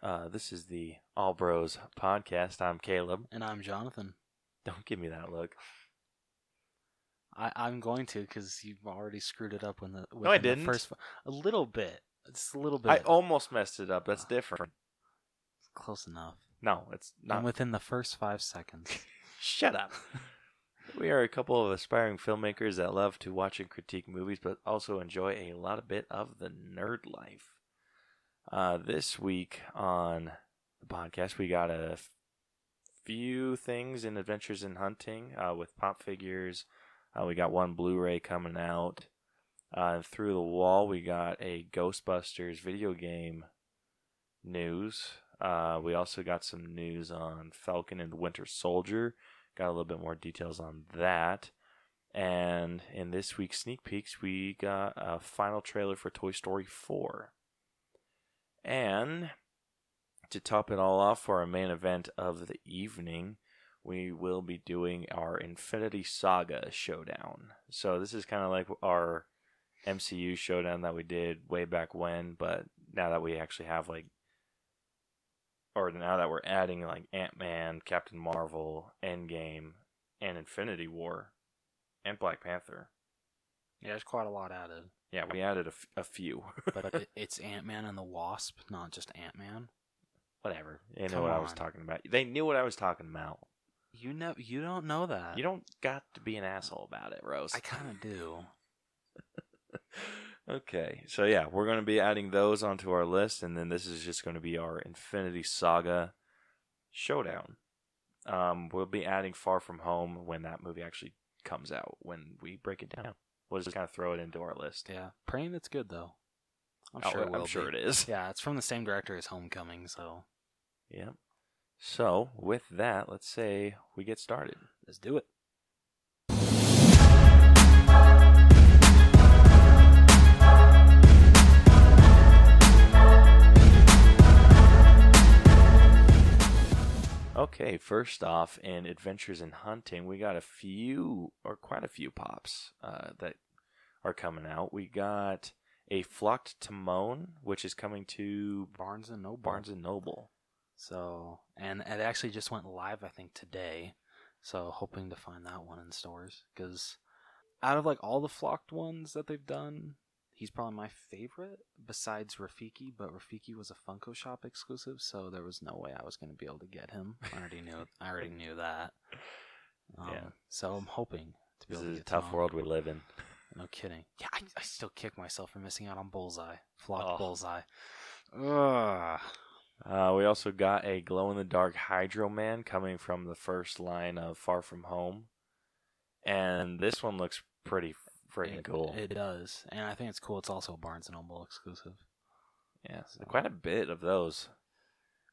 Uh, this is the All Bros podcast. I'm Caleb. And I'm Jonathan. Don't give me that look. I, I'm going to because you've already screwed it up when the No, I within the didn't. first a little bit. It's a little bit I almost messed it up. That's different. close enough. No, it's not. And within the first five seconds. Shut up. we are a couple of aspiring filmmakers that love to watch and critique movies, but also enjoy a lot of bit of the nerd life. Uh, this week on the podcast, we got a f- few things in Adventures in Hunting uh, with pop figures. Uh, we got one Blu-ray coming out. Uh, through the wall, we got a Ghostbusters video game news. Uh, we also got some news on Falcon and the Winter Soldier. Got a little bit more details on that. And in this week's sneak peeks, we got a final trailer for Toy Story 4. And to top it all off for our main event of the evening, we will be doing our Infinity Saga showdown. So this is kind of like our MCU showdown that we did way back when, but now that we actually have like or now that we're adding like Ant Man, Captain Marvel, Endgame, and Infinity War, and Black Panther. yeah, there's quite a lot added. Yeah, we added a, f- a few. But it, it's Ant Man and the Wasp, not just Ant Man. Whatever. They know Come what I was on. talking about. They knew what I was talking about. You know, you don't know that. You don't got to be an asshole about it, Rose. Uh, I kind of do. okay. So yeah, we're going to be adding those onto our list, and then this is just going to be our Infinity Saga showdown. Um, we'll be adding Far From Home when that movie actually comes out. When we break it down, we'll just kind of throw it into our list. Yeah, praying it's good though. I'm Oh, sure. It will I'm sure be. it is. Yeah, it's from the same director as Homecoming, so Yep. So with that, let's say we get started. let's do it. Okay, first off, in Adventures in Hunting, we got a few, or quite a few pops uh, that are coming out. We got a Flocked Timon, which is coming to Barnes and Noble. Barnes and Noble. So, and it actually just went live, I think, today. So, hoping to find that one in stores. Because out of like all the flocked ones that they've done, he's probably my favorite besides Rafiki. But Rafiki was a Funko Shop exclusive, so there was no way I was going to be able to get him. I already knew. I already knew that. Um, Yeah. So I'm hoping to be This able to is a get to tough him. world we live in. No kidding. Yeah, I, I still kick myself for missing out on Bullseye, flocked Oh. Bullseye. Ugh. Uh, we also got a glow in the dark Hydro Man coming from the first line of Far From Home. And this one looks pretty freaking it, cool. It does, and I think it's cool. It's also a Barnes and Noble exclusive. yeah, so quite a bit of those.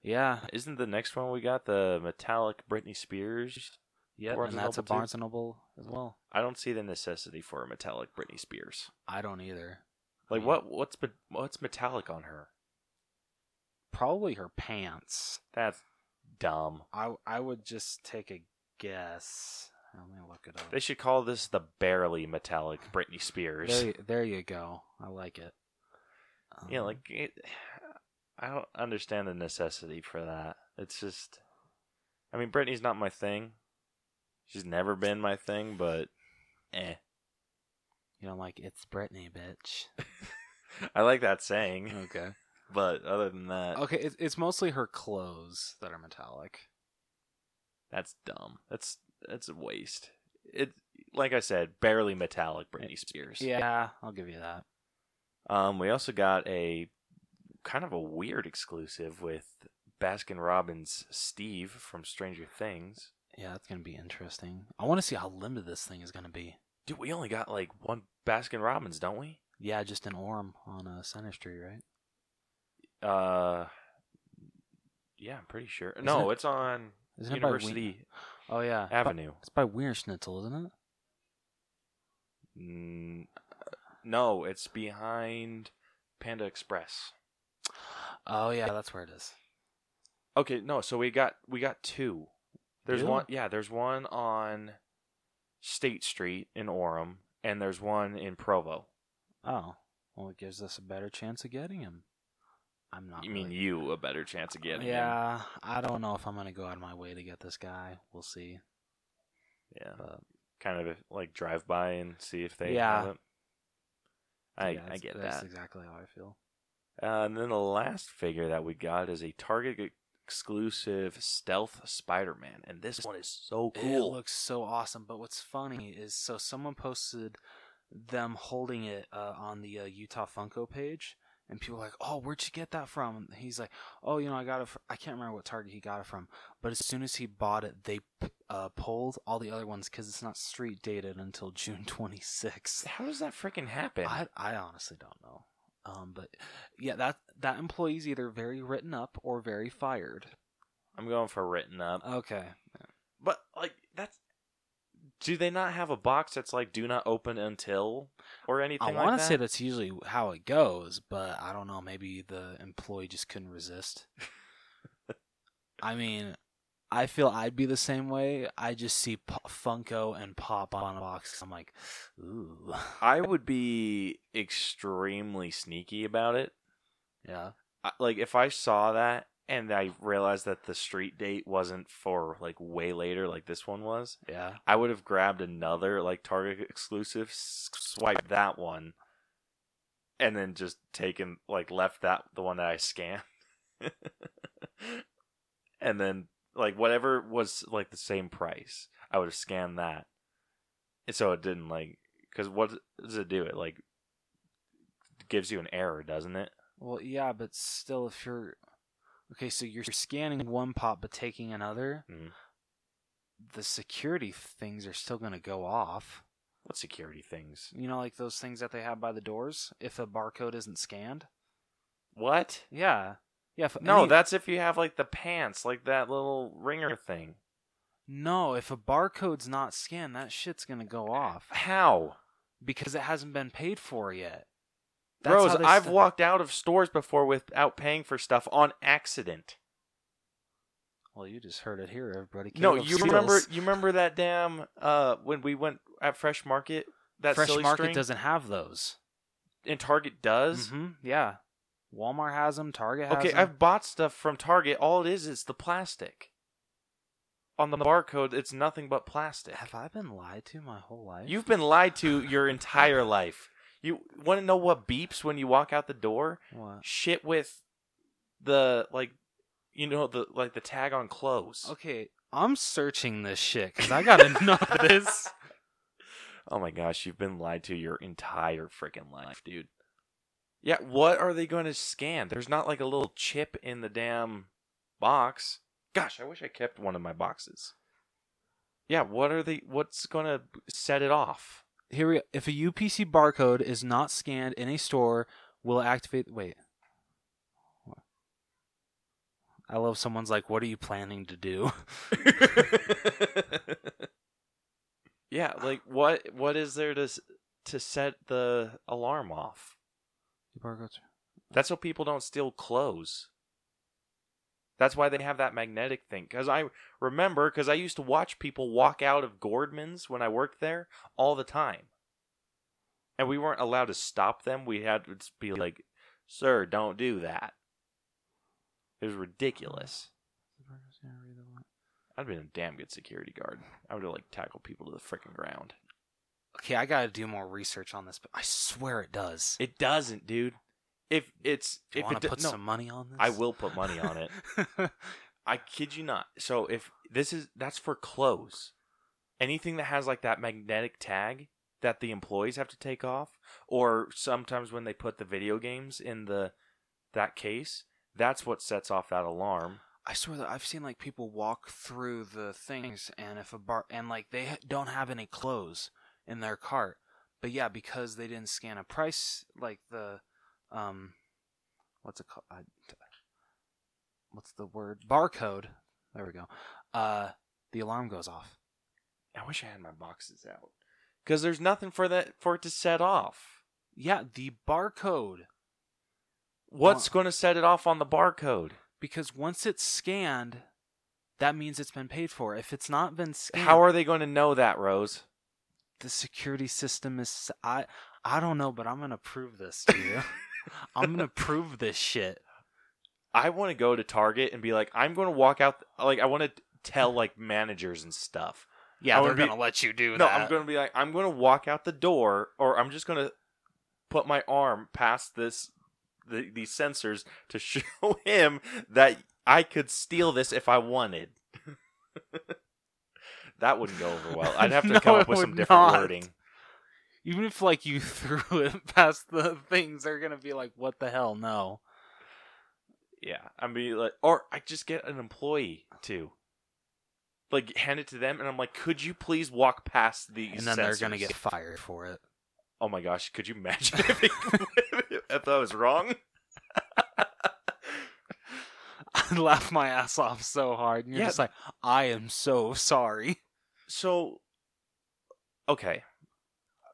Yeah, Isn't the next one we got the metallic Britney Spears? yeah, Barnes and and that's a Noble too? Barnes and Noble as well. I don't see the necessity for a metallic Britney Spears. I don't either. Like Yeah. what? What's be- what's metallic on her? Probably her pants. That's dumb. I I would just take a guess. Let me look it up. They should call this the barely metallic Britney Spears. There, you- there you go. I like it. Um, yeah, like it, I don't understand the necessity for that. It's just, I mean, Britney's not my thing. She's never been my thing, but eh. you know, like it's Britney, bitch. I like that saying, okay. but other than that, Okay, it's it's mostly her clothes that are metallic. That's dumb. That's that's a waste. It like I said, barely metallic Britney Spears. Yeah, I'll give you that. Um, we also got a kind of a weird exclusive with Baskin Robbins Steve from Stranger Things. Yeah, that's gonna be interesting. I want to see how limited this thing is gonna be. Dude, we only got like one Baskin Robbins, don't we? Yeah, just an Orm on uh, Center Street, right? Uh, yeah, I'm pretty sure. Isn't no, it- it's on Isn't it by Wien- University Oh yeah, Avenue. It's by Wiener Schnitzel, isn't it? Mm, no, it's behind Panda Express. Oh yeah, that's where it is. Okay, no, so we got we got two. There's Really? one yeah, there's one on State Street in Orem and there's one in Provo. Oh, well, it gives us a better chance of getting him. I'm not. You mean really- you a better chance of getting him? Yeah, I don't know if I'm gonna go out of my way to get this guy. We'll see. Yeah. But Kind of like drive by and see if they Yeah. have it. I, yeah, I that's- get That's that. exactly how I feel. Uh, and then the last figure that we got is a Target ex- exclusive Stealth Spider-Man, and this one is so It cool. looks so awesome. But what's funny is, so someone posted them holding it uh, on the uh, Utah Funko page, and people were like, "Oh, where'd you get that from?" And he's like, "Oh, you know, I got it. From, I can't remember what Target he got it from, but as soon as he bought it, they uh, pulled all the other ones because it's not street dated until June 26th. How does that freaking happen? I, I honestly don't know. Um, but yeah, that that employee's either very written up or very fired. I'm going for written up. Okay. But like that's do they not have a box that's like do not open until or anything I like want to that? say that's usually how it goes, but I don't know. Maybe the employee just couldn't resist. I mean, I feel I'd be the same way. I just see P- Funko and Pop on a box. I'm like, ooh, I would be extremely sneaky about it. yeah, I- Like if I saw that and I realized that the street date wasn't for like way later like this one was, yeah. I would have grabbed another like Target exclusive, s- swiped that one and then just taken like left that the one that I scanned. and then like whatever was like the same price, I would have scanned that. And so it didn't like cuz what does it do it like gives you an error, doesn't it? Well, yeah, but still, if you're okay, so you're scanning one pop but taking another, Mhm. the security things are still going to go off. What security things? You know, like those things that they have by the doors. If a barcode isn't scanned, What? yeah, yeah. If No, any- that's if you have like the pants, like that little ringer thing. no. If a barcode's not scanned, that shit's going to go off How? because it hasn't been paid for yet. Rose, how they I've sta- walked out of stores before without paying for stuff on accident. Well, you just heard it here, everybody. no, Caleb you Seals. remember you remember that damn uh when we went at Fresh Market that Fresh silly Market string? doesn't have those. and Target does. hmm yeah, Walmart has them. Target has Okay, them. I've bought stuff from Target. All it is is the plastic. On the barcode, it's nothing but plastic. Have I been lied to my whole life? You've been lied to your entire life. You want to know what beeps when you walk out the door? What? Shit with the like, you know the like the tag on clothes. Okay, I'm searching this shit because I got enough of this. Oh my gosh, you've been lied to your entire freaking life, dude. Yeah, what are they going to scan? There's not like a little chip in the damn box. Gosh, I wish I kept one of my boxes. Yeah, what are they what's going to set it off? Here we go. If a UPC barcode is not scanned in a store, will activate. Wait. I love someone's like, what are you planning to do? yeah, like what what is there to s- to set the alarm off? Barcodes. That's so people don't steal clothes. That's why they have that magnetic thing. Because I remember, because I used to watch people walk out of Gordman's when I worked there all the time. And we weren't allowed to stop them. We had to just be like, sir, don't do that. It was ridiculous. I'd have been a damn good security guard. I would have, like, tackled people to the freaking ground. Okay, I gotta do more research on this, but I swear it does. It doesn't, dude. If it's. Do you if want it do- to put no, some money on this? I will put money on it. it. I kid you not. So if this is that's for clothes, anything that has like that magnetic tag that the employees have to take off, or sometimes when they put the video games in the that case, that's what sets off that alarm. I swear that I've seen like people walk through the things, and if a bar and like they ha- don't have any clothes in their cart, but yeah, because they didn't scan a price, like the, um, what's it called? I, t- what's the word? Barcode. There we go. Uh, the alarm goes off. I wish I had my boxes out because there's nothing for that for it to set off. Yeah, the barcode. What's Well- going to set it off on the barcode? Because once it's scanned, that means it's been paid for. If it's not been scanned, How are they going to know that, Rose? the security system is I I don't know, but I'm gonna prove this to you. I'm gonna prove this shit. I want to go to Target and be like, I'm going to walk out. Like, I want to tell like managers and stuff. I Yeah, wanna they're be- gonna let you do no, that. I'm going to be like, I'm going to walk out the door, or I'm just going to put my arm past this the, these sensors to show him that I could steal this if I wanted. that wouldn't go over well. I'd have to No, come it up with some would different not. wording. Even if like you threw it past the things, they're gonna be like, "What the hell? No." Yeah, I mean, like, or I just get an employee too. Like, hand it to them, and I'm like, could you please walk past these? and then they're sensors?" gonna get fired for it. Oh my gosh, could you imagine if, it- if I was wrong? I laugh my ass off so hard, and you're Yeah. just like, "I am so sorry." So, okay,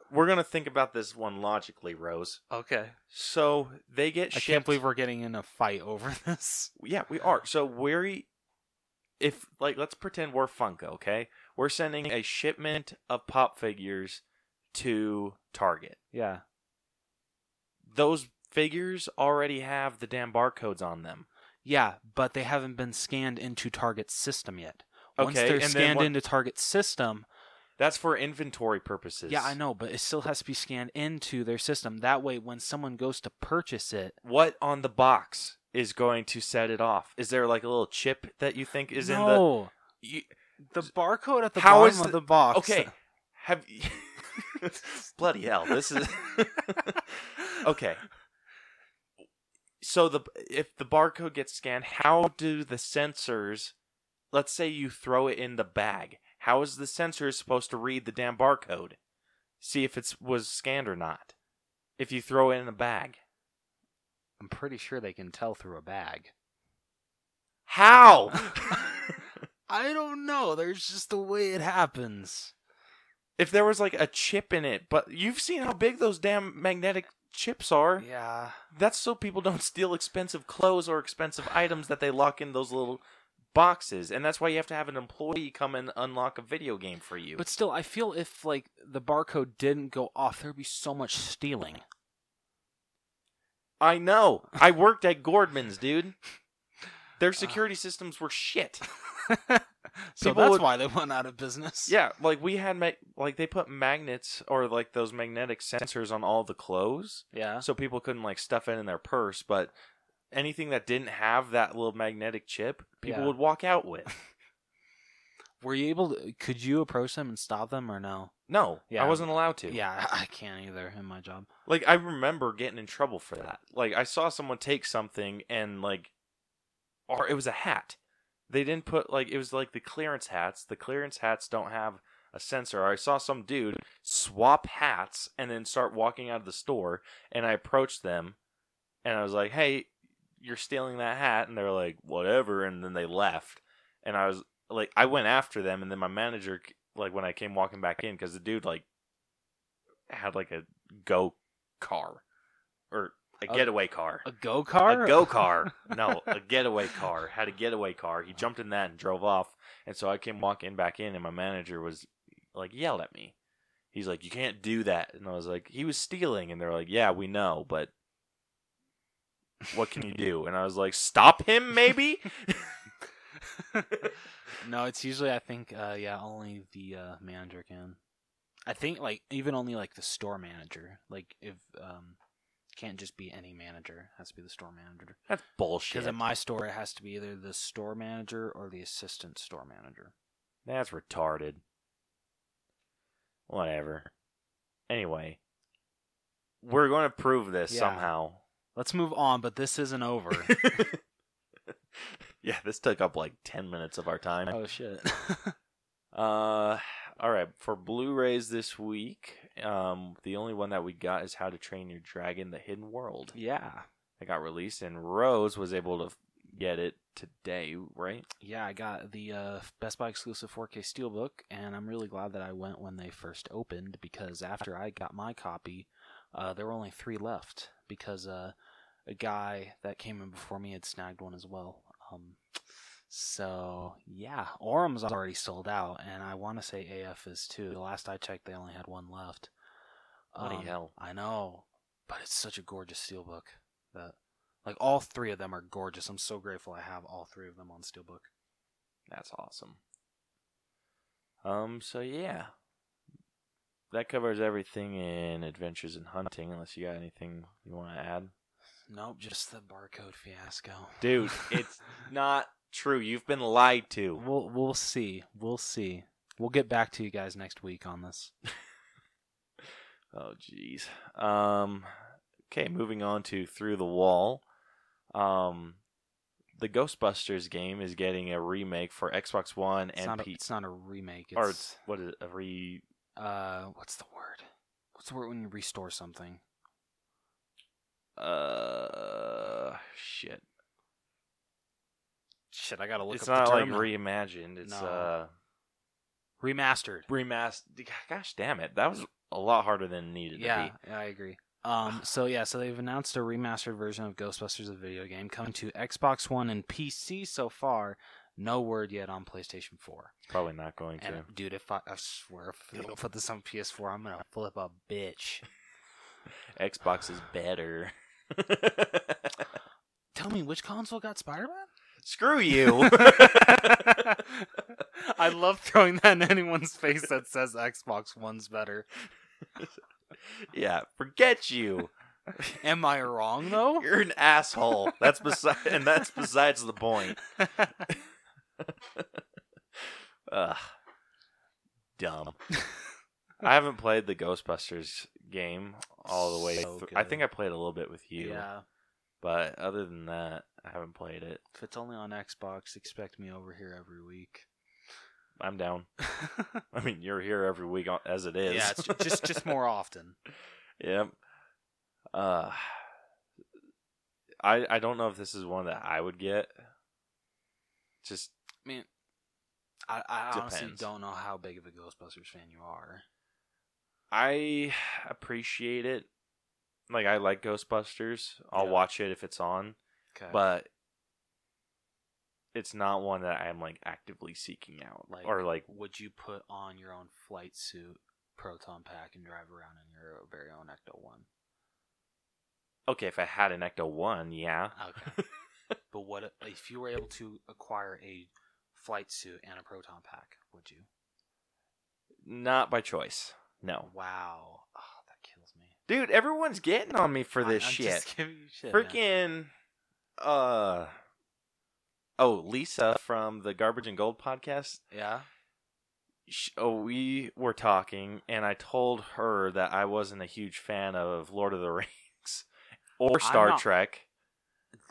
we're gonna think about this one logically, Rose. Okay. So they get I shipped. can't believe we're getting in a fight over this. yeah, we are. So we're if like let's pretend we're Funko, okay? We're sending a shipment of pop figures to Target. Yeah. those figures already have the damn barcodes on them. Yeah, but they haven't been scanned into Target's system yet. Once Okay, they're and then scanned what- into Target's system, That's for inventory purposes. yeah, I know, but it still has to be scanned into their system. That way, when someone goes to purchase it, What on the box is going to set it off? Is there like a little chip that you think is in the? no, You, the barcode at the How bottom is of the- the box. okay, have you... bloody hell? This is okay. So the if the barcode gets scanned, how do the sensors? Let's say you throw it in the bag. How is the sensor supposed to read the damn barcode? See if it was scanned or not. If you throw it in a bag, I'm pretty sure they can tell through a bag. how? I don't know. There's just the way it happens. if there was like a chip in it, but you've seen how big those damn magnetic chips are. Yeah. That's so people don't steal expensive clothes or expensive items that they lock in those little boxes. And that's why you have to have an employee come and unlock a video game for you. But still, I feel if like the barcode didn't go off, there'd be so much stealing. I know. I worked at Gordman's, dude. Their security systems were shit. so People that's would- why they went out of business. Yeah, like we had ma- like they put magnets or like those magnetic sensors on all the clothes Yeah. so people couldn't like stuff it in their purse, but anything that didn't have that little magnetic chip, people Yeah. would walk out with. Were you able to? Could you approach them and stop them or no? No, Yeah. I wasn't allowed to. Yeah, I I can't either in my job. Like I remember getting in trouble for that. Like I saw someone take something and like or it was a hat. They didn't put like it was like the clearance hats. The clearance hats don't have a sensor. I saw some dude swap hats and then start walking out of the store and I approached them and I was like, "Hey, you're stealing that hat." And they're like, "Whatever." And then they left. And I was like I went after them and then my manager like when I came walking back in cuz the dude like had like a go car or a A- getaway car. A go car. A go car. no, a getaway car. Had a getaway car. He jumped in that and drove off. And so I came walking back in, and my manager was like yelled at me. He's like, "You can't do that." And I was like, "He was stealing." And they're like, "Yeah, we know, but what can you do?" And I was like, "Stop him, maybe." no, it's usually I think uh, yeah only the uh, manager can. I think like even only like the store manager. Like if um can't just be any manager. Has to be the store manager. That's bullshit. Because in my store, it has to be either the store manager or the assistant store manager. That's retarded. Whatever. Anyway, we're going to prove this Yeah. somehow. Let's move on, but this isn't over. yeah, this took up like 10 minutes of our time. oh shit. Uh all right, for Blu-rays this week, um the only one that we got is How to Train Your Dragon: The Hidden World. yeah. It got released and Rose was able to f- get it today, right? Yeah, I got the uh, Best Buy exclusive 4K Steelbook, and I'm really glad that I went when they first opened because after I got my copy, uh, there were only three left because uh, a guy that came in before me had snagged one as well. Um, so, yeah, Orum's already sold out, and I want to say AF is too. The last I checked, they only had one left. Um, Bloody hell. I know, but it's such a gorgeous steelbook that Like all three of them are gorgeous. I'm so grateful I have all three of them on Steelbook. That's awesome. Um, so yeah. That covers everything in Adventures in Hunting, unless you got anything you want to add. Nope, just the barcode fiasco. Dude, it's not true. You've been lied to. We'll we'll see. We'll see. We'll get back to you guys next week on this. Oh, jeez. Um, okay, moving on to Through the Wall. Um, the Ghostbusters game is getting a remake for Xbox One It's and not, a, P. it's not a remake. Or It's it's, what is it? A re uh, what's the word? What's the word when you restore something? Uh, shit. Shit, I gotta look. it's up not the like term. reimagined. It's No. uh remastered. remastered. Gosh damn it, that was a lot harder than it needed Yeah, to be. I agree. Um, so yeah, so they've announced a remastered version of Ghostbusters, the video game, coming to Xbox One and PC so far. No word yet on PlayStation Four. Probably not going to. And dude, if I, I swear, if they don't put this on PS4, I'm gonna flip a bitch. Xbox is better. Tell me which console got Spider Man? Screw you. I love throwing that in anyone's face that says Xbox One's better. yeah, forget you. Am I wrong though? You're an asshole. That's beside, and that's besides the point. Ugh. Dumb. I haven't played the Ghostbusters game all the way. So through. I good. think I played a little bit with you, yeah. but other than that, I haven't played it. If it's only on Xbox, expect me over here every week. I'm down. I mean, you're here every week on- as it is. Yeah, it's ju- just just more often. yep. Uh, I I don't know if this is one that I would get. Just I mean, I, I honestly Depends. don't know how big of a Ghostbusters fan you are. I appreciate it. Like I like Ghostbusters. I'll Yeah. watch it if it's on, Okay. but it's not one that I'm like actively seeking out. Like- or like would you put on your own flight suit, proton pack, and drive around in your very own Ecto One? okay, if I had an Ecto One, yeah, Okay. but what i- if you were able to acquire a flight suit and a proton pack? Would you? not by choice. No, Wow, Ah, that kills me. dude, everyone's getting on me for I- this I'm shit. just giving you shit, man. Freaking, uh, oh Lisa from the Garbage and Gold podcast. yeah. sh- oh, we were talking, and I told her that I wasn't a huge fan of Lord of the Rings or Star not- Trek.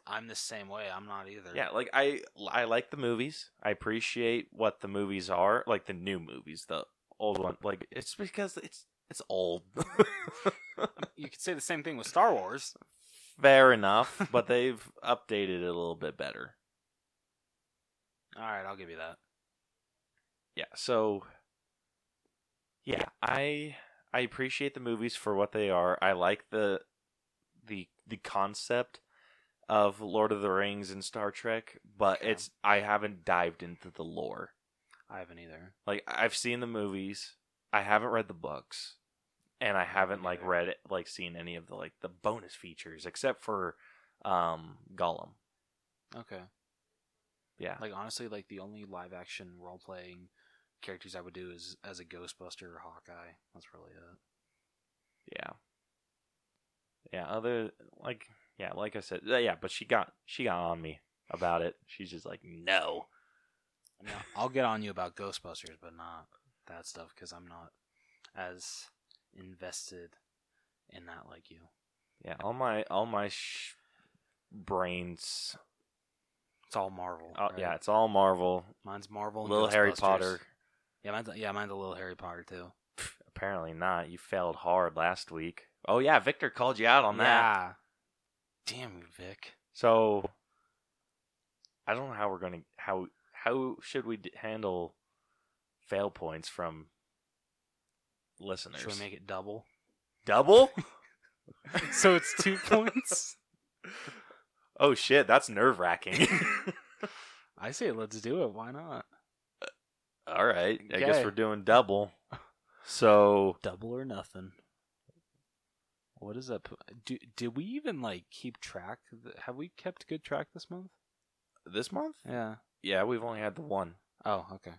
I'm the same way. I'm not either. Yeah, like I, I like the movies. I appreciate what the movies are, like the new movies, the old one. Like it's because it's it's old. You could say the same thing with Star Wars. Fair enough, but they've updated it a little bit better. All right, I'll give you that. yeah so yeah i i appreciate the movies for what they are i like the the the concept of lord of the rings and star trek but Okay. it's i haven't dived into the lore I haven't either. like i've seen the movies i haven't read the books and i haven't like either. read it like seen any of the like the bonus features except for um gollum Okay. yeah Like honestly, like the only live action role playing characters I would do is as a Ghostbuster or Hawkeye. That's really it. Yeah. Yeah, other like yeah, like I said, uh, yeah, but she got she got on me about it. She's just like, "No." I mean, I'll get on you about Ghostbusters, but not that stuff because I'm not as invested in that like you. Yeah, all my all my sh- brains. It's all Marvel. Oh, right? Yeah, it's all Marvel, mine's Marvel. And little Harry Ghostbusters. Potter. Yeah, mine's yeah, mine's a little Harry Potter too. Apparently not. You failed hard last week. Oh yeah, Victor called you out on that. Yeah. Damn you, Vic. So I don't know how we're going to how how should we d- handle fail points from listeners? Should we make it double? double? so it's two points. Oh shit, that's nerve wracking. I say let's do it. Why not? All right, I guess Okay. we're doing double. So Double or nothing. What is up? Do, did we even like keep track? th- Have we kept good track this month? This month? Yeah. Yeah, we've only had the one Oh, okay.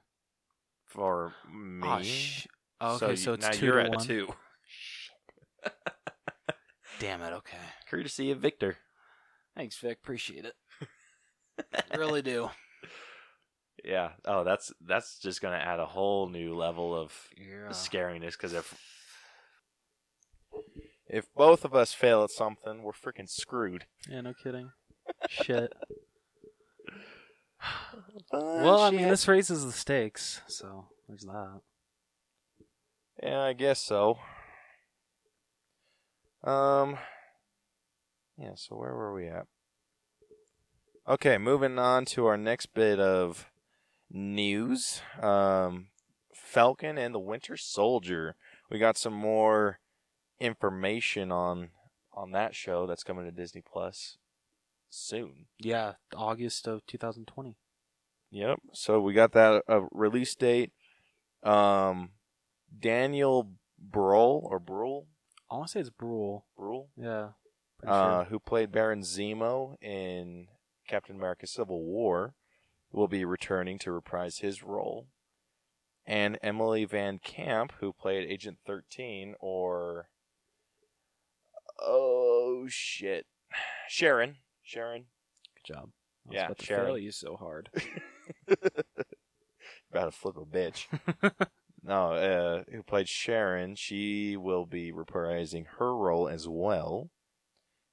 for me. Oh, sh- oh, okay, so, you- it's now 2 you're to at one. two. Damn it. Okay. Courtesy of Victor. Thanks, Vic. Appreciate it. really do. Yeah. Oh, that's that's just gonna add a whole new level of Yeah. scariness because if if both of us fail at something, we're freaking screwed. Yeah. No kidding. Shit. Oh, Well, I mean, this raises the stakes, so there's that. Yeah, I guess so. Um. Yeah. So where were we at? Okay, moving on to our next bit of news. Um, Falcon and the Winter Soldier. We got some more information on on that show that's coming to Disney Plus soon. Yeah, August of 2020. Yep. So we got that uh, release date. Um, Daniel Brohl or Brule I want to say it's Brule. Brule, Yeah. pretty sure. uh, who played Baron Zemo in Captain America: Civil War, will be returning to reprise his role, and Emily Van Camp, who played Agent Thirteen or oh shit, Sharon, Sharon, Good job. I was yeah, about to Sharon. fail you so hard. about to flip a bitch. No, uh, who played Sharon, she will be reprising her role as well.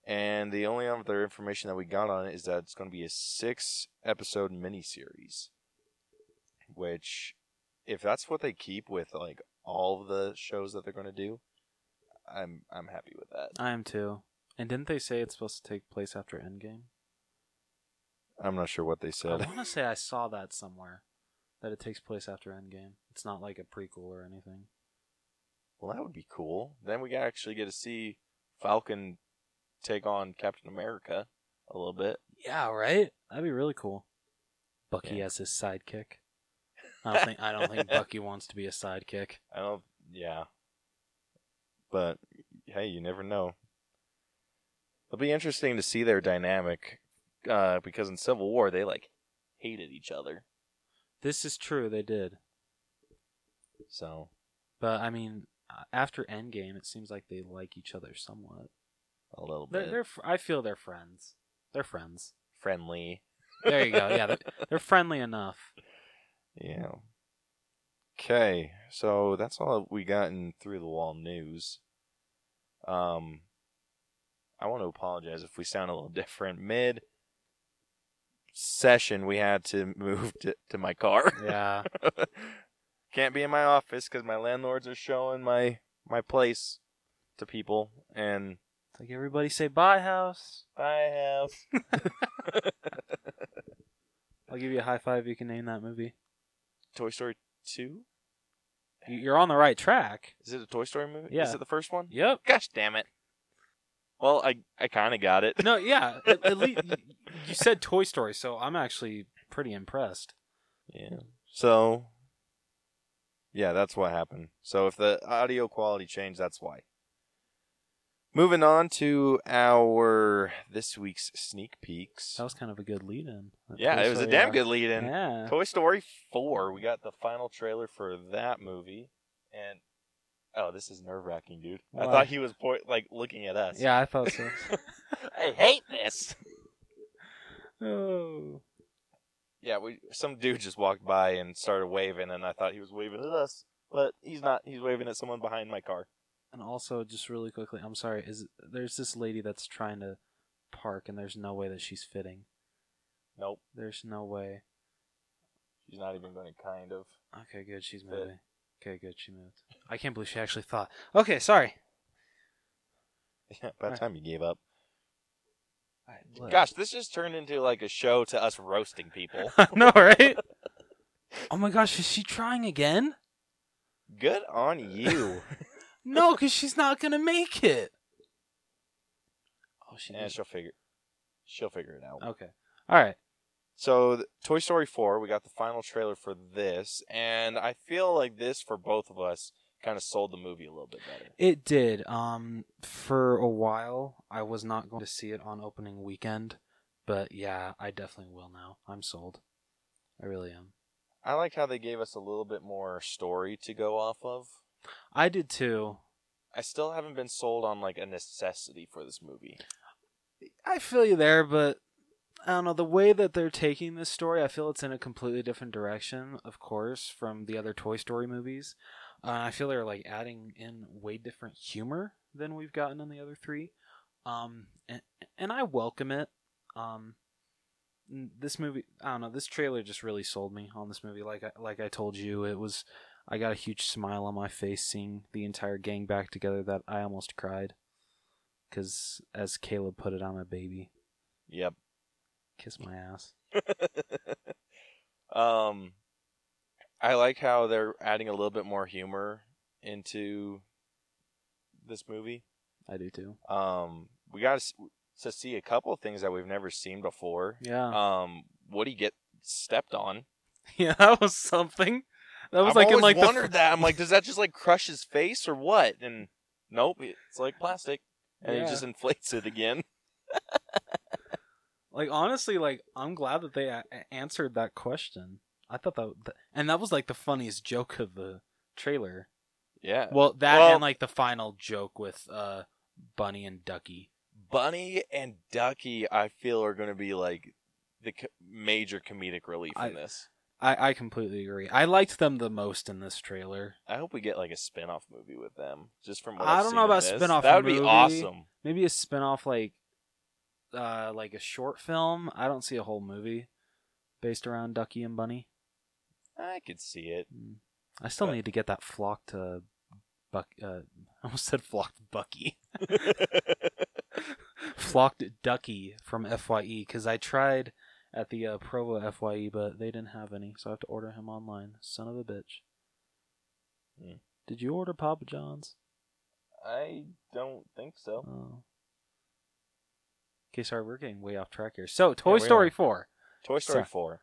And the only other information that we got on it is that it's going to be a six episode miniseries. Which, if that's what they keep with like all of the shows that they're going to do, I'm I'm happy with that. I am too. And didn't they say it's supposed to take place after Endgame? I'm not sure what they I said. want to say I saw that somewhere. That it takes place after Endgame. It's not like a prequel or anything. Well, that would be cool. Then we actually get to see Falcon take on Captain America a little bit. Yeah, right. That'd be really cool. Bucky Yeah. as his sidekick. I don't think I don't think Bucky wants to be a sidekick. I don't. Yeah. But hey, you never know. It'll be interesting to see their dynamic, uh, because in Civil War they like hated each other. This is true. They did, So but I mean, uh, after Endgame, it seems like they like each other somewhat. a little They're, bit they're fr- I feel they're friends. They're friends. friendly. There you go. Yeah, they're, they're friendly enough. Yeah. Okay, so that's all we got in through the wall news. Um, I want to apologize if we sound a little different mid session. We had to move to, to my car. Yeah. Can't be in my office because my landlords are showing my my place to people, and It's like everybody say bye, house. I have. I'll give you a high five. if You can name that movie. Toy Story two. You- You're on the right track. Is it a Toy Story movie? Yeah. Is it the first one? Yep. Gosh damn it! Well, I I kind of got it. No, yeah. At, at least you said Toy Story, so I'm actually pretty impressed. Yeah. So. Yeah, that's what happened. So if the audio quality changed, that's why. Moving on to our this week's sneak peeks. That was kind of a good lead-in. That yeah, Toy it was a Story, damn uh, good lead-in. Yeah. Toy Story 4. We got the final trailer for that movie. And oh, this is nerve wracking, dude. I Why? thought he was po- like looking at us. Yeah, I thought so. I hate this. oh. Yeah, we some dude just walked by and started waving, and I thought he was waving at us, but he's not. He's waving at someone behind my car. And also, just really quickly, I'm sorry. Is there's this lady that's trying to park, and there's no way that she's fitting. Nope, There's no way. she's not even going to kind of. Okay, good. She's Fit. moving. Okay, good. She moved. I can't believe she actually thought. Okay, sorry. Yeah, by the Right. time you gave up. I, look. Gosh, this just turned into like a show to us roasting people. no, right? oh my gosh, is she trying again? Good on you. No, because she's not gonna make it. Oh, she. and did. she'll figure, she'll figure it out. Okay. All right. So, th- Toy Story 4, we got the final trailer for this, and I feel like this for both of us kind of sold the movie a little bit better. It did. Um, for a while, I was not going to see it on opening weekend, but yeah, I definitely will now. I'm sold. I really am. I like how they gave us a little bit more story to go off of. I did too. I still haven't been sold on like a necessity for this movie. I feel you there, but I don't know the way that they're taking this story. I feel it's in a completely different direction, of course, from the other Toy Story movies. Uh, I feel they're like adding in way different humor than we've gotten in the other three, um, and, and I welcome it. Um, n- this movie, I don't know. This trailer just really sold me on this movie. Like I, like I told you, it was. I got a huge smile on my face seeing the entire gang back together. That I almost cried, because as Caleb put it, I'm a baby. Yep. Kiss my ass. um, I like how they're adding a little bit more humor into this movie. I do too. Um, we got to, to see a couple of things that we've never seen before. Yeah. Um, Woody get stepped on. yeah, that was something. That was I've like in always like wondered the... that. I'm like, does that just like crush his face or what? And nope, it's like plastic, and Yeah. he just inflates it again. Like honestly, like I'm glad that they a- a- answered that question. I thought that, th- and that was like the funniest joke of the trailer. Yeah. Well, that Well- and like the final joke with uh Bunny and Ducky. Bunny and Ducky, I feel, are going to be like the co- major comedic relief I- in this. I I completely agree. I liked them the most in this trailer. I hope we get like a spin-off movie with them, just from what I I've don't seen know in about this. spin-off That would be movie. awesome. Maybe a spin-off like uh like a short film. I don't see a whole movie based around Ducky and Bunny. I could see it. Mm. I still But- need to get that flock to Buck. Uh, I almost said flock to Bucky. flocked Ducky from Fye because I tried at the uh, Provo Fye, but they didn't have any, so I have to order him online. Son of a bitch. Hmm. Did you order Papa John's? I don't think so. Oh. Okay, sorry, we're getting way off track here. So, Toy we Story are. 4. Toy Story Sorry. Four.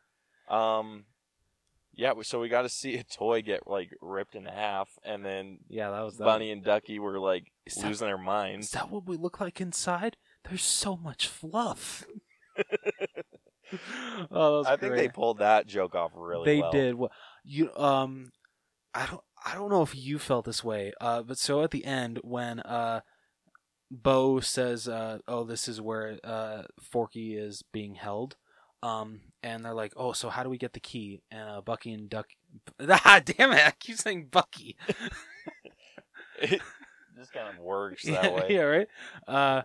Um, yeah. we- So we got to see a toy get like ripped in half, and then Yeah, that was that. Bunny and Ducky were like Is that- losing their Is minds. that what we look like inside? There's so much fluff. oh, that was I think great. they pulled that joke off really. they well. did what you um i don't i don't know if you felt this way uh but so at the end when uh bo says uh oh this is where uh forky is being held um and they're like oh so how do we get the key and uh bucky and duck ah damn it i keep saying bucky It just kind of works that way. yeah, right. Uh,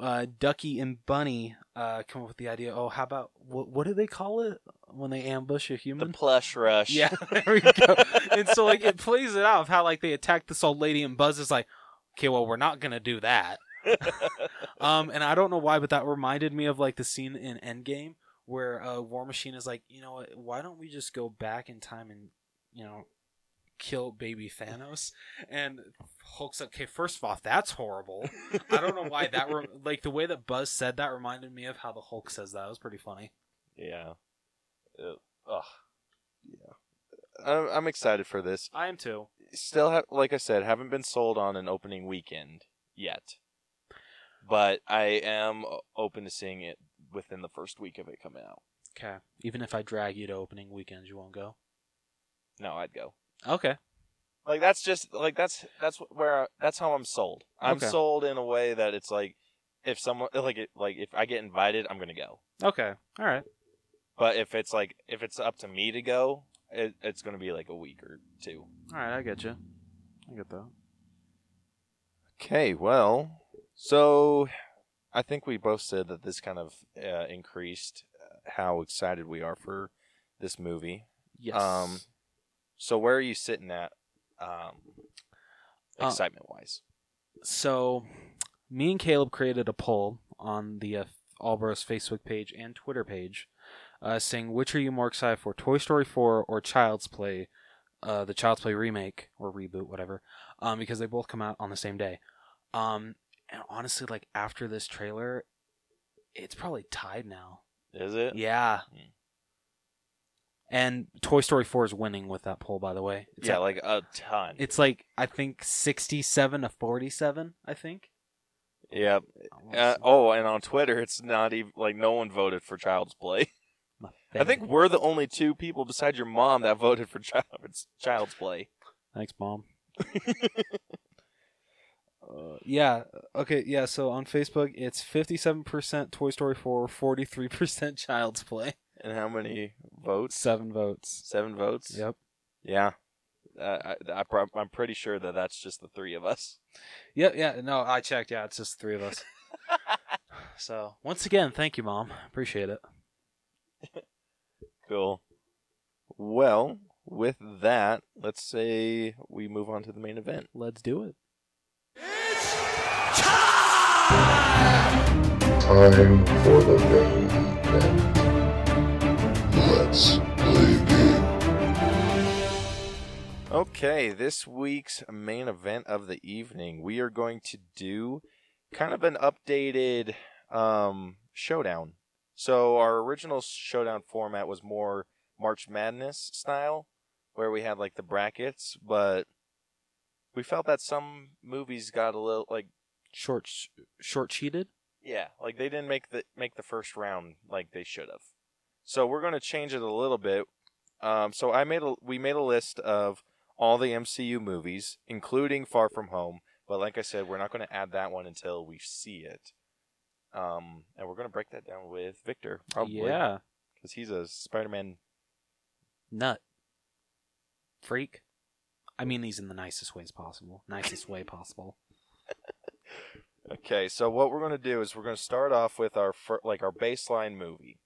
uh, Ducky and Bunny uh, come up with the idea. Oh, how about what? What do they call it when they ambush a The human? plush rush. Yeah, there we go. and so like it plays it out of how like they attack this old lady and Buzz is like, okay, well we're not gonna do that. um, and I don't know why, but that reminded me of like the scene in Endgame where uh, War Machine is like, you know what? Why don't we just go back in time and you know kill baby Thanos? And Hulk's like, okay, first off, that's horrible. I don't know why that re- like the way that Buzz said that reminded me of how the Hulk says that. It was pretty funny. Yeah. Uh, ugh. Yeah. I'm, I'm excited for this. I am too. Still, ha- like I said, haven't been sold on an opening weekend yet, but I am o- open to seeing it within the first week of it coming out. Okay. Even if I drag you to opening weekends, you won't go. No, I'd go. Okay. Like that's just like that's that's where that's how I'm sold. I'm Okay. sold in a way that it's like if someone like it like if I get invited, I'm gonna go. Okay. All right. But if it's like if it's up to me to go, it, it's gonna be like a week or two. All right. I get you. I get that. Okay, well, so I think we both said that this kind of uh, increased uh, how excited we are for this movie. Yes. Um, So where are you sitting at, um, Uh, excitement wise? so, me and Caleb created a poll on the uh, Allbros Facebook page and Twitter page, uh, saying which are you more excited for, Toy Story 4 or Child's Play, uh, the Child's Play remake or reboot, whatever, um, because they both come out on the same day. Um, and honestly, like after this trailer, it's probably tied now. Is it? Yeah. Hmm. And Toy Story 4 is winning with that poll, by the way. It's yeah, Like, like a ton. it's like, I think 67 to 47, I think. yep. I wanna Uh, see oh, and on Twitter, it's not even like no one voted for Child's Play. my oh, I think favorite. we're the only two people besides your mom that voted for child, it's Child's Play. Thanks, mom. Uh, yeah. Okay. Yeah. So on Facebook, it's fifty-seven percent Toy Story Four, forty-three percent Child's Play, And how many votes? seven votes. Seven votes. Yep. Yeah. Uh, I, I prob- I'm pretty sure that that's just the three of us. Yep. Yeah. No, I checked. Yeah, it's just the three of us. so once again, thank you, mom. Appreciate it. Cool. Well, with that, let's say we move on to the main event. Let's do it. Time for the main event. Let's play game. Okay, this week's main event of the evening, we are going to do kind of an updated um, showdown. So our original showdown format was more March Madness style, where we had like the brackets, but we felt that some movies got a little like Short, short cheated. yeah, like they didn't make the make the first round like they should have. So we're going to change it a little bit. Um, so I made a we made a list of all the MCU movies, including Far From Home. But like I said, we're not going to add that one until we see it. Um, and we're going to break that down with Victor, probably, Yeah. because he's a Spider-Man. Nut. Freak. I mean these in the nicest ways possible. Nicest way possible. Okay, so what we're going to do is we're going to start off with our fir- like our baseline movie,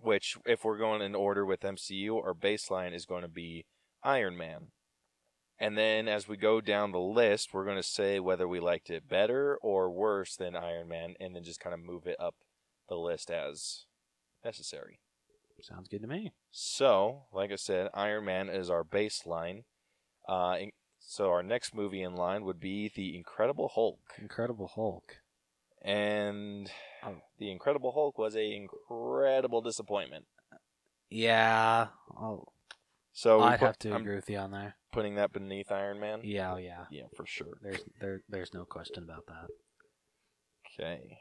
which if we're going in order with MCU, our baseline is going to be Iron Man. And then as we go down the list, we're going to say whether we liked it better or worse than Iron Man and then just kind of move it up the list as necessary. Sounds good to me. So, like I said, Iron Man is our baseline. Uh, in- so our next movie in line would be The Incredible Hulk. Incredible Hulk. And Oh. The Incredible Hulk was a incredible disappointment. Yeah. I'll, So Oh, we I'd put- have to I'm agree with you on there. putting that beneath Iron Man. Yeah, oh, yeah. Yeah, for sure. There's there there's no question about that. Okay.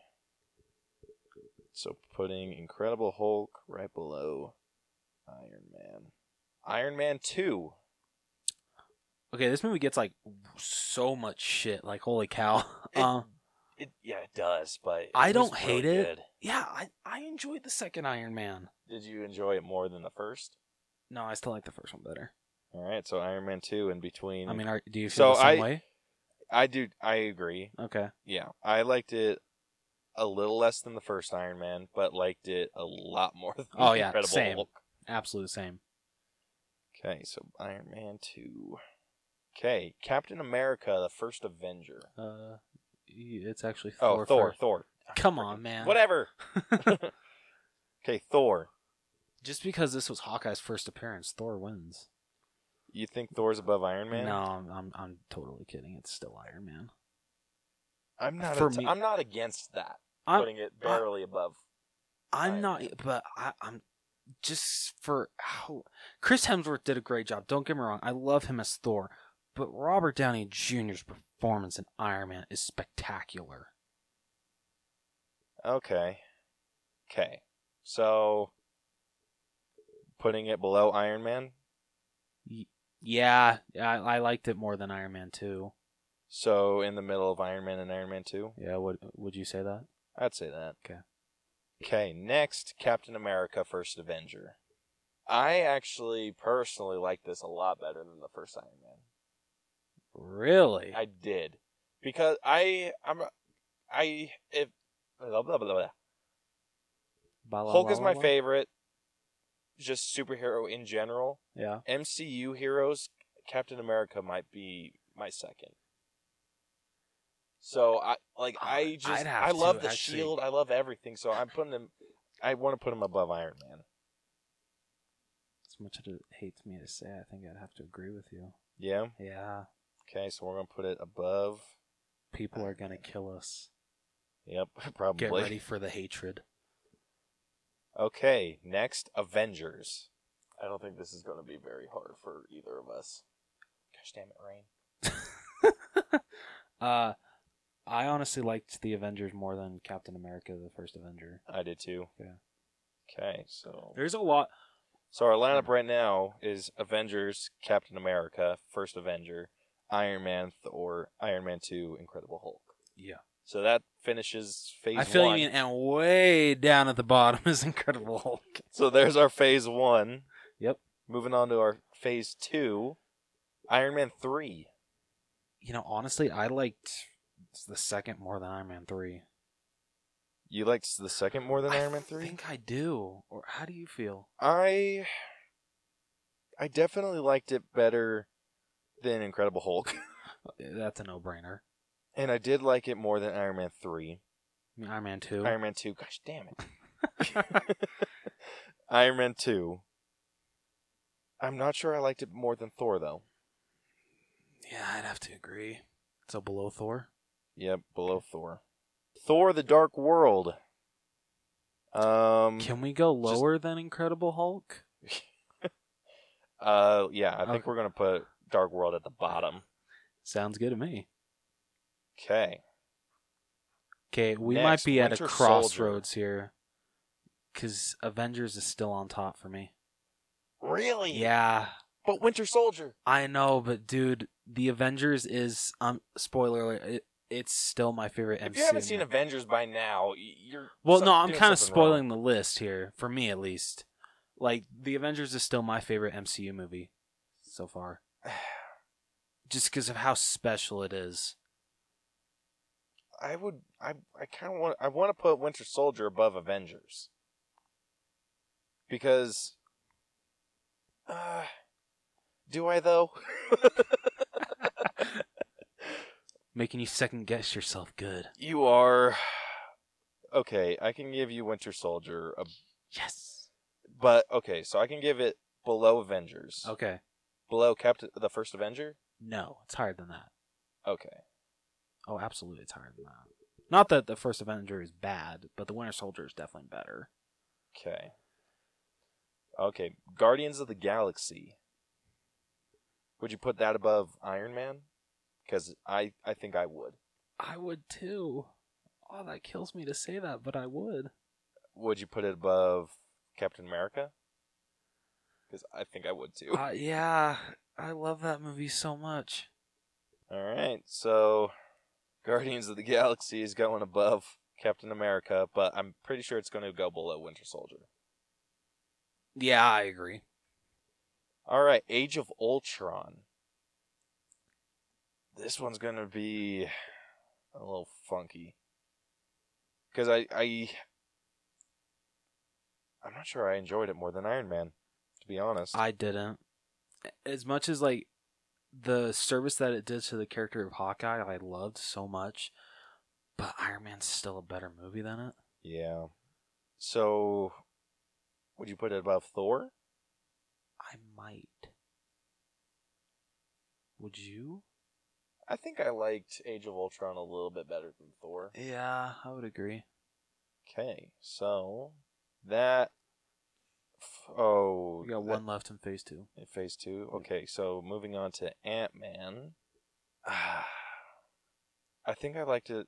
So putting Incredible Hulk right below Iron Man. Iron Man 2. Okay, this movie gets like so much shit. Like holy cow. Um, It, yeah, it does, but it I was don't hate really it. good. yeah, I I enjoyed the second Iron Man. Did you enjoy it more than the first? No, I still like the first one better. All right, so Iron Man 2 in between. I mean, are, do you feel Mm. So the same I- way? I do I agree. Okay. Yeah, I liked it a little less than the first Iron Man, but liked it a lot more than Oh, the yeah, Incredible same. Hulk. Absolutely same. Okay, so Iron Man 2. Okay, Captain America, the first Avenger. Uh it's actually Oh, Thor, Thor. for- Thor. Come on, man. Whatever. okay, Thor. Just because this was Hawkeye's first appearance, Thor wins. You think Thor's above Iron Man? No, I'm, I'm I'm totally kidding. It's still Iron Man. I'm not. For at- me- I'm not against that. I'm- putting it barely above. I'm Iron not, Man. but I, I'm just for how Chris Hemsworth did a great job. Don't get me wrong, I love him as Thor, but Robert Downey Jr.'s performance in Iron Man is spectacular. Okay. Okay. So, putting it below Iron Man. Yeah, I, I liked it more than Iron Man Two. So in the middle of Iron Man and Iron Man Two. Yeah, would would you say that? I'd say that. Okay. Okay, next Captain America First Avenger. I actually personally like this a lot better than the first Iron Man. Really? I did. Because I I'm I if blah blah blah blah. Ba la Hulk la is la my la? favorite just superhero in general. Yeah. MCU heroes, Captain America might be my second. So I like I Oh, I'd just have I to, love the actually. shield, I love everything. So I'm putting him. I want to put him above Iron Man. As much as it hates me to say, I think I'd have to agree with you. Yeah. Yeah, Okay, so we're gonna put it above. people are gonna kill us. Yep, probably. Get ready for the hatred. Okay, next Avengers. I don't think this is going to be very hard for either of us. Gosh damn it, Rain. uh, I honestly liked the Avengers more than Captain America: The First Avenger. I did too. Yeah. Okay, so There's a lot. so our lineup right now is Avengers, Captain America, First Avenger, Iron Man, Thor, Iron Man Two, Incredible Hulk. Yeah, So that finishes phase. I feel one. you, mean, and way down at the bottom is Incredible Hulk. So there's our phase one. Yep. Moving on to our phase two, Iron Man three. You know, honestly, I liked the second more than Iron Man three. You liked the second more than Iron Man I three? think I do. Or how do you feel? I I definitely liked it better than Incredible Hulk, That's a no-brainer. and I did like it more than Iron Man three. I mean, Iron Man two. Iron Man two. Gosh damn it! Iron Man two. I'm not sure I liked it more than Thor though. Yeah, I'd have to agree. So below Thor. Yep, below Thor. Thor: The Dark World. Um. Can we go just- lower than Incredible Hulk? Uh. Yeah, I think Okay. we're gonna put Dark World at the bottom. Sounds good to me. Okay. Okay, we Next, might be at Winter a crossroads here. 'Cause here. Because Avengers is still on top for me. Really? Yeah, But Winter Soldier. I know, but dude, the Avengers is um spoiler alert. It, it's still my favorite MCU. If you haven't seen movie. Avengers by now, y- you're well, so- no, I'm doing kind of something wrong. spoiling the list here for me at least. Like the Avengers is still my favorite MCU movie so far, just because of how special it is. I would. I. I kind of want. I want to put Winter Soldier above Avengers. Because. Uh, do I though? Making you second guess yourself. Good. you are. Okay, I can give you Winter Soldier, a- Yes. but okay, so I can give it below Avengers, Okay. below Captain the First Avenger. No, it's higher than that. Okay, Oh, absolutely, it's higher than that. Not that the first Avenger is bad, but the Winter Soldier is definitely better. okay, okay. Guardians of the Galaxy. Would you put that above Iron Man? Because I, I think I would. I would too. Oh, that kills me to say that, but I would. Would you put it above Captain America? Because I think I would too. Uh, yeah, I love that movie so much. All right, so Guardians of the Galaxy is going above Captain America, but I'm pretty sure it's going to go below Winter Soldier. Yeah, I agree. All right, Age of Ultron. This one's going to be a little funky because I, I I'm not sure I enjoyed it more than Iron Man, to be honest. I didn't. As much as like the service that it did to the character of Hawkeye, I loved so much. But Iron Man's still a better movie than it. yeah. So, would you put it above Thor? I might. Would you? I think I liked Age of Ultron a little bit better than Thor. Yeah, I would agree. Okay, so that. Oh, We got one left in phase two. that- phase two. Okay, so moving on to Ant Man. I think I liked it.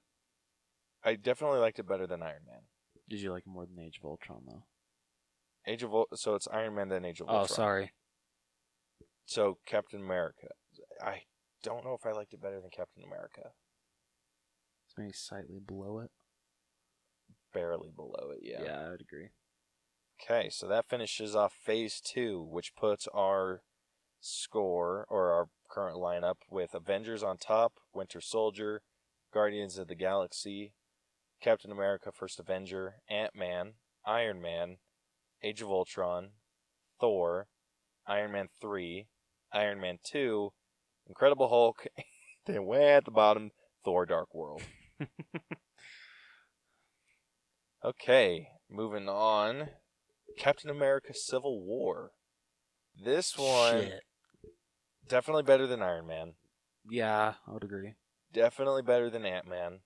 I definitely liked it better than Iron Man. Did you like it more than Age of Ultron though? Age of Ul- so it's Iron Man then Age of Ultron. Oh, sorry. So Captain America. I don't know if I liked it better than Captain America. It's maybe slightly below it. Barely below it. Yeah. I would agree. Okay, so that finishes off phase two, which puts our score or our current lineup with Avengers on top, Winter Soldier, Guardians of the Galaxy, Captain America First Avenger, Ant Man, Iron Man, Age of Ultron, Thor, Iron Man 3, Iron Man 2, Incredible Hulk, then way at the bottom, Thor Dark World. okay, moving on. Captain America Civil War. This one Shit. definitely better than Iron Man. Yeah, I would agree. Definitely better than Ant Man.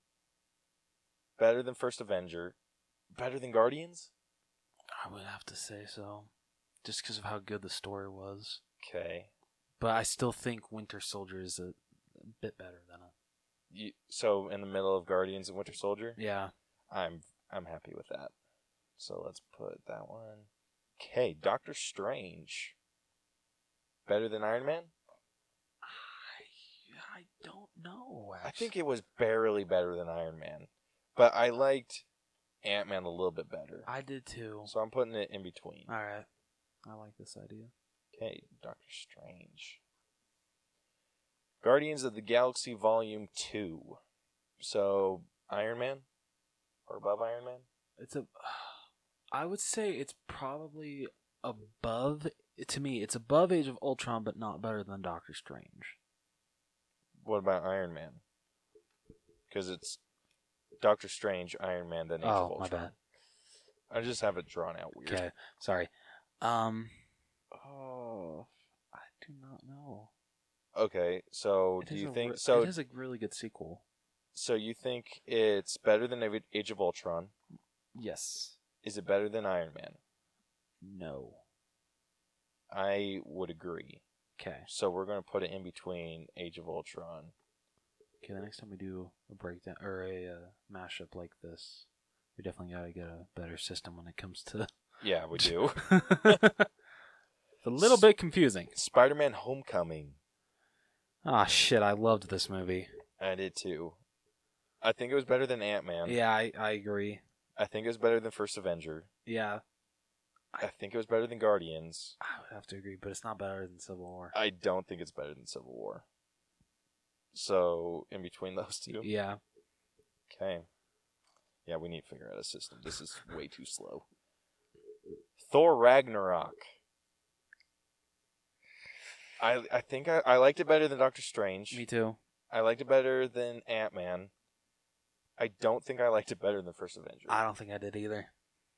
Better than First Avenger. Better than Guardians. I would have to say so. just because of how good the story was. Okay. But I still think Winter Soldier is a, a bit better than it. You, so in the middle of Guardians and Winter Soldier, Yeah. I'm I'm happy with that. So let's put that one. Okay, Doctor Strange. Better than Iron Man? I, I don't know. I think it was barely better than Iron Man, but I liked Ant Man a little bit better. I did too. So I'm putting it in between. All right. I like this idea. Okay, Doctor Strange. Guardians of the Galaxy Volume 2. So, Iron Man? Or above Iron Man? It's a. I would say it's probably above. To me, it's above Age of Ultron, but not better than Doctor Strange. What about Iron Man? Because it's Doctor Strange, Iron Man, then Age of Oh, my Ultron. bad. I just have it drawn out weird. Okay, sorry. Um. Oh, I do not know. Okay, so It do is you a think re- so? It is a really good sequel. So you think it's better than Age- Age of Ultron? Yes. Is it better than Iron Man? No. I would agree. Okay. So we're going to put it in between Age of Ultron. Okay. The next time we do a breakdown or a uh, mashup like this, we definitely gotta get a better system when it comes to. Yeah, we do. it's a little bit confusing. Spider-Man: Homecoming. Ah, shit! I loved this movie. I did too. I think it was better than Ant-Man. Yeah, I, I agree. I think it was better than First Avenger. Yeah, I think it was better than Guardians. I would have to agree, but it's not better than Civil War. I don't think it's better than Civil War. So in between those two, Yeah. okay. Yeah, we need to figure out a system. This is way too slow. Thor Ragnarok. I I think I, I liked it better than Doctor Strange. Me too. I liked it better than Ant Man. I don't think I liked it better than First Avenger. I don't think I did either.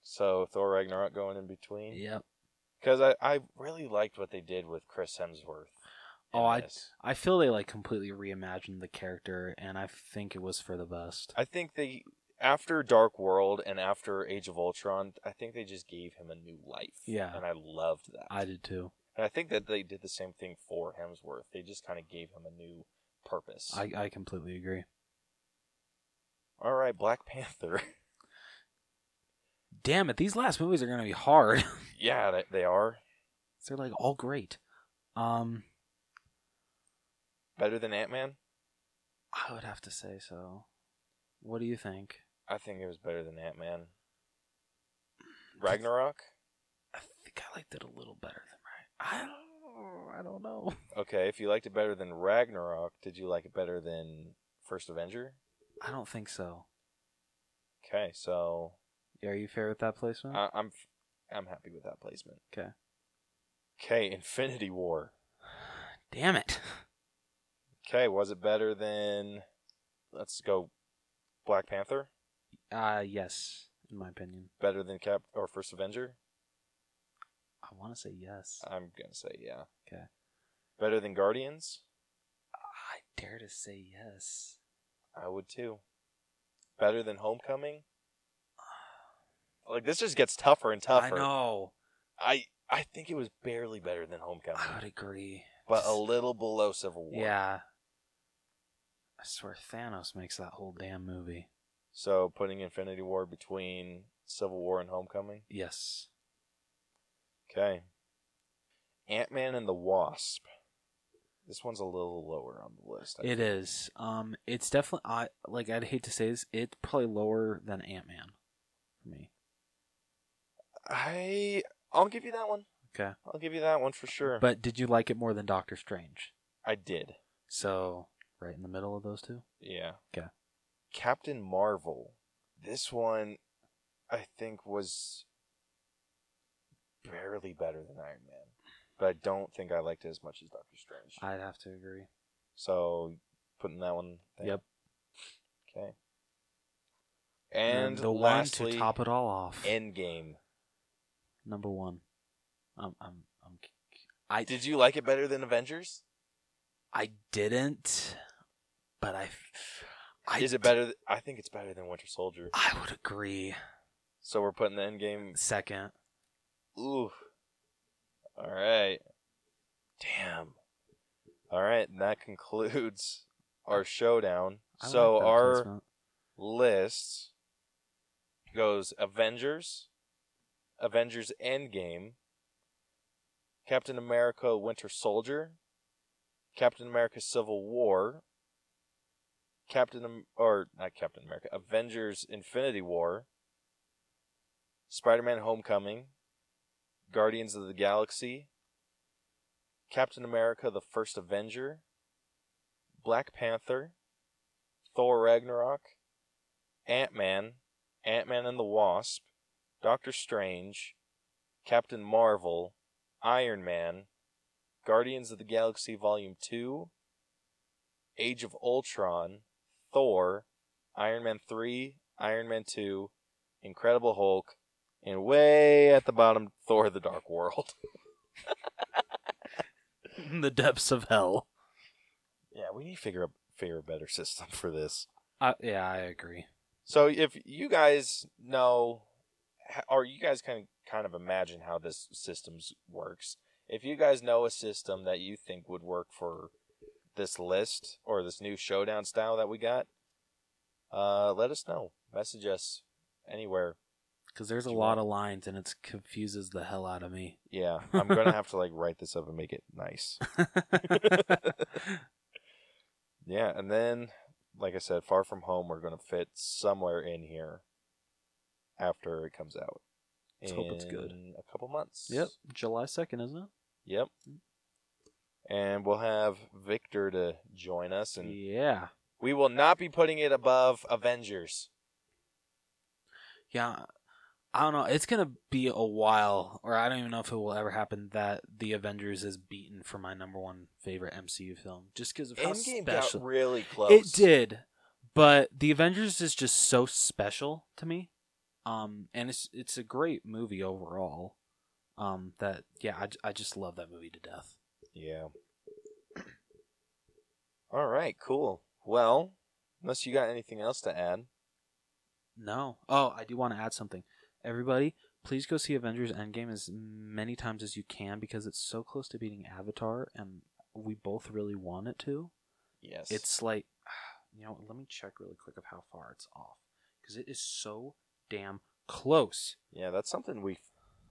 So Thor Ragnarok going in between Yep. because I, I really liked what they did with Chris Hemsworth. in Oh, I- this. I feel they like completely reimagined the character, and I think it was for the best. I think they after Dark World and after Age of Ultron, I think they just gave him a new life. Yeah. and I loved that. I did too. and I think that they did the same thing for Hemsworth. They just kind of gave him a new purpose. I, I completely agree. All right, Black Panther. Damn it! These last movies are gonna be hard. yeah, they, they are They're like all great. Um, better than Ant Man. I would have to say so. What do you think? I think it was better than Ant Man. Ragnarok. I think I liked it a little better than right. I don't. I don't know. Okay, if you liked it better than Ragnarok, did you like it better than First Avenger? I don't think so. Okay, so Are you fair with that placement? I, I'm I'm happy with that placement. 'Kay. Okay, Infinity War. Damn it. Okay, was it better than? Let's go. Black Panther Uh yes, in my opinion. better than Cap or First Avenger? I want to say yes. I'm gonna say yeah. 'Kay. Better than Guardians? I dare to say yes. I would too. Better than Homecoming? Like this just gets tougher and tougher. I know. I I think it was barely better than Homecoming. I would agree. but Just- a little below Civil War. Yeah. I swear Thanos makes that whole damn movie. So putting Infinity War between Civil War and Homecoming. Yes. Okay. Ant Man and the Wasp. This one's a little lower on the list. I It think. is. Um it's definitely I like I'd hate to say this, it's probably lower than Ant-Man for me. I I'll give you that one. Okay. I'll give you that one for sure. But did you like it more than Doctor Strange? I did. So, right in the middle of those two? Yeah. 'Kay. Captain Marvel. This one, I think, was barely better than Iron Man, but I don't think I liked it as much as Doctor Strange. I'd have to agree. So putting that one. There. Yep. Okay. And, the lastly, one to top it all off. Endgame. number one. Um, I'm, I'm, I Did you like it better than Avengers? I didn't, but I, f- I Is it d- better? Th- I think it's better than Winter Soldier. I would agree. So we're putting the Endgame. Second, Ooh, All right. Damn. All right, and that concludes our showdown. I like so that our placement. list goes Avengers, Avengers Endgame, Captain America Winter Soldier, Captain America Civil War, Captain Am- or not Captain America, Avengers Infinity War, Spider-Man Homecoming, Guardians of the Galaxy, Captain America the First Avenger, Black Panther, Thor Ragnarok, Ant Man, Ant Man and the Wasp, Doctor Strange, Captain Marvel, Iron Man, Guardians of the Galaxy Volume 2, Age of Ultron, Thor, Iron Man 3, Iron Man 2, Incredible Hulk, and way at the bottom, Thor the Dark World. In the depths of hell. Yeah, we need to figure, up, figure a better system for this. Uh, yeah, I agree. So if you guys know, or you guys can kind of imagine how this systems works, if you guys know a system that you think would work for this list or this new showdown style that we got, uh, let us know. Message us anywhere. Because there's a Sure. lot of lines and it confuses the hell out of me. Yeah, I'm gonna have to like write this up and make it nice. Yeah, and then, like I said, Far From Home, we're going to fit somewhere in here after it comes out. Let's hope it's good. in A couple months. yep, July 2nd, isn't it? Yep. And we'll have Victor to join us, and Yeah. we will not be putting it above Avengers. Yeah. I don't know. It's going to be a while, or I don't even know if it will ever happen, that The Avengers is beaten for my number one favorite MCU film. Just because of how Endgame special. got really close. It did, but The Avengers is just so special to me. Um, and it's it's a great movie overall. Um, that yeah, I, j- I just love that movie to death. Yeah. All right, cool. Well, unless you got anything else to add, No, oh, I do want to add something. Everybody, please go see Avengers Endgame as many times as you can because it's so close to beating Avatar, and we both really want it to. yes, It's like, you know, what, let me check really quick of how far it's off because it is so damn close. yeah, that's something we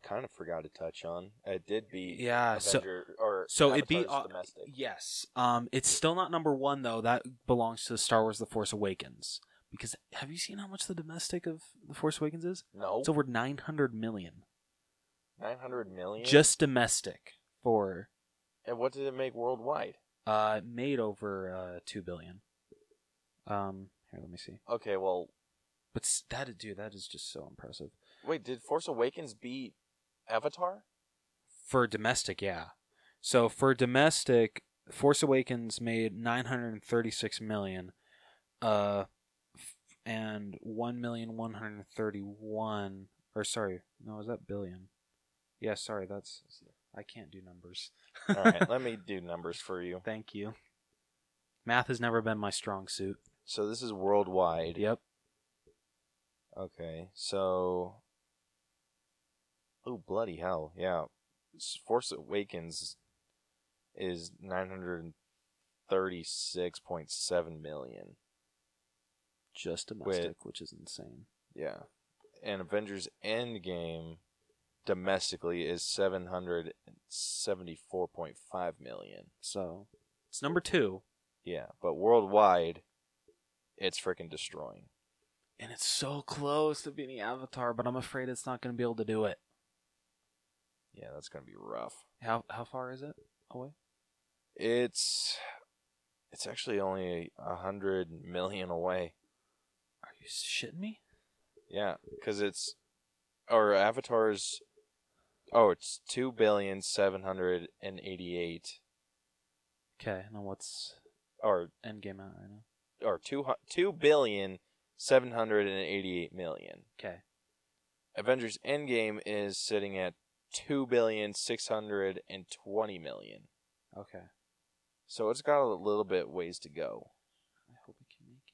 kind of forgot to touch on. It did be Yeah, so Avenger- or so it be Avatar's uh, domestic. yes um it's still not number one though that belongs to star wars the force awakens because have you seen how much the domestic of the force awakens is No, it's over 900 million nine hundred million. just domestic for and what did it make worldwide? uh it made over uh 2 billion um here let me see Okay, well, but s- that is- dude that is just so impressive wait, did Force Awakens beat Avatar? for domestic yeah so for domestic force awakens made 936 million uh f- and 1,131 or sorry no is that billion yeah sorry that's i can't do numbers All right, let me do numbers for you. thank you math has never been my strong suit So this is worldwide. yep Okay, so. Oh bloody hell! Yeah, S- Force Awakens is nine hundred thirty-six point seven million. just domestic which is insane Yeah. And Avengers Endgame domestically is 774.5 million. so it's number two Yeah, but worldwide it's freaking destroying. and it's so close to beating avatar but i'm afraid it's not going to be able to do it Yeah, that's going to be rough. how, how far is it away It's it's actually only a 100 million away. Are you shitting me? Yeah, cuz it's or Avatar's Oh, it's 2 billion 788 Okay, now what's or Endgame out right now? or two hu- two billion seven hundred and eighty eight million. Okay, Avengers Endgame is sitting at two billion six hundred and twenty million. okay. So it's got a little bit ways to go. I hope we can make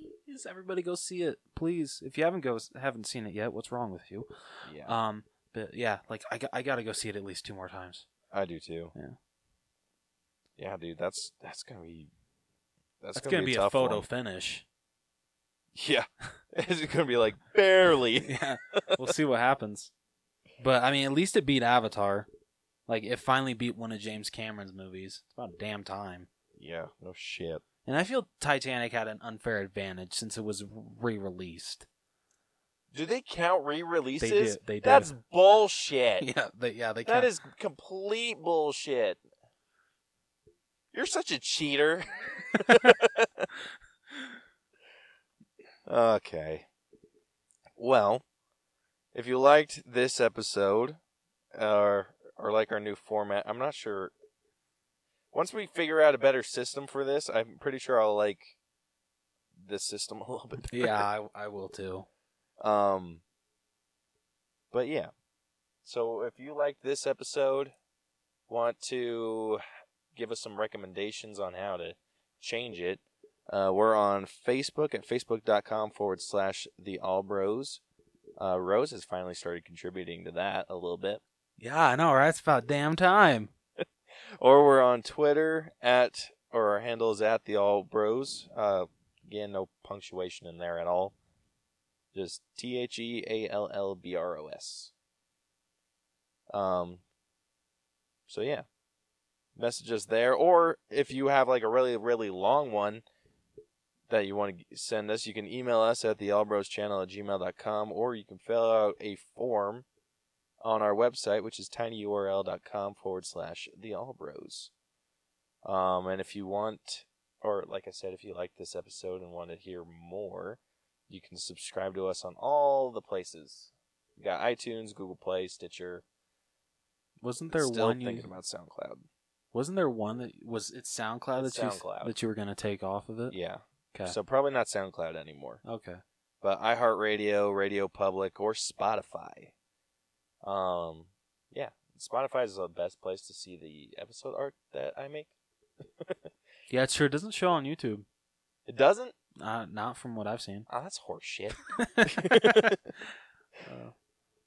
it. Please, everybody, go see it. Please, if you haven't go haven't seen it yet, what's wrong with you? Yeah. Um, But yeah, like I, got- I got to go see it at least two more times. I do too. Yeah. Yeah, dude, that's that's gonna be that's, That's, gonna, be, a tough photo one. finish. Yeah, it's gonna be like barely. yeah, we'll see what happens. But I mean, at least it beat Avatar. Like it finally beat one of James Cameron's movies. It's about damn time. yeah, no shit. And I feel Titanic had an unfair advantage since it was re-released. Do they count They re-releases? did. They did. That's bullshit. yeah, they, yeah, they. That count- is complete bullshit. You're such a cheater. okay. Well, if you liked this episode, or or like our new format, I'm not sure. Once we figure out a better system for this, I'm pretty sure I'll like this system a little bit. Better. Yeah, I, I will too. Um, but yeah. So if you liked this episode, want to give us some recommendations on how to change it, uh, we're on Facebook at facebook.com forward slash the All Bros. Uh, Rose has finally started contributing to that a little bit. Yeah, I know, right? It's about damn time. Or we're on Twitter at, or our handle is at the All Bros. Uh, again, no punctuation in there at all. Just T H E A L L B R O S. Um. So yeah, message us there, or if you have like a really really long one that you want to send us, you can email us at the Channel at gmail.com, or you can fill out a form on our website, which is tinyurl.com forward slash the Allbros. Um, and if you want, or like I said, if you like this episode and want to hear more, you can subscribe to us on all the places. We got iTunes, Google Play, Stitcher. Wasn't there Still one? thinking You, about SoundCloud. wasn't there one that was it SoundCloud that It's you SoundCloud. that you were gonna take off of it? Yeah, Uh, Okay. so probably not SoundCloud anymore. okay. but iHeartRadio, Radio Public, or Spotify. Um, yeah, Spotify is the best place to see the episode art that I make. Yeah, it sure doesn't show on YouTube. It doesn't? Uh, not from what I've seen. Oh, that's horseshit. Oh. Uh,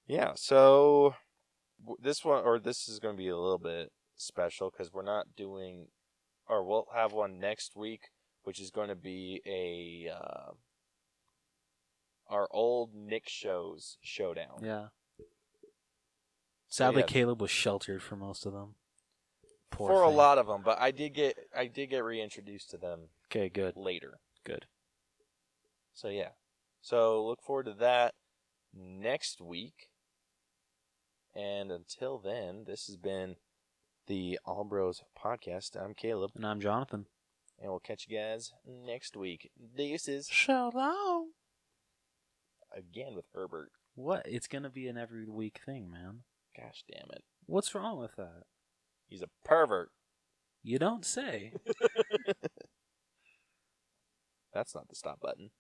yeah, so w- this one or this is going to be a little bit special because we're not doing, or we'll have one next week, which is going to be a uh, our old Nick shows showdown. yeah. Sadly, yeah. Caleb was sheltered for most of them. Poor for a thing. lot of them, but I did get I did get reintroduced to them Okay, good, later. good. So yeah. So look forward to that next week. And until then, this has been the All Bros podcast. I'm Caleb, And I'm Jonathan. and we'll catch you guys next week. This is So long. again with Herbert. What? It's gonna be an every week thing, man. Gosh damn it. What's wrong with that? He's a pervert. You don't say. That's not the stop button.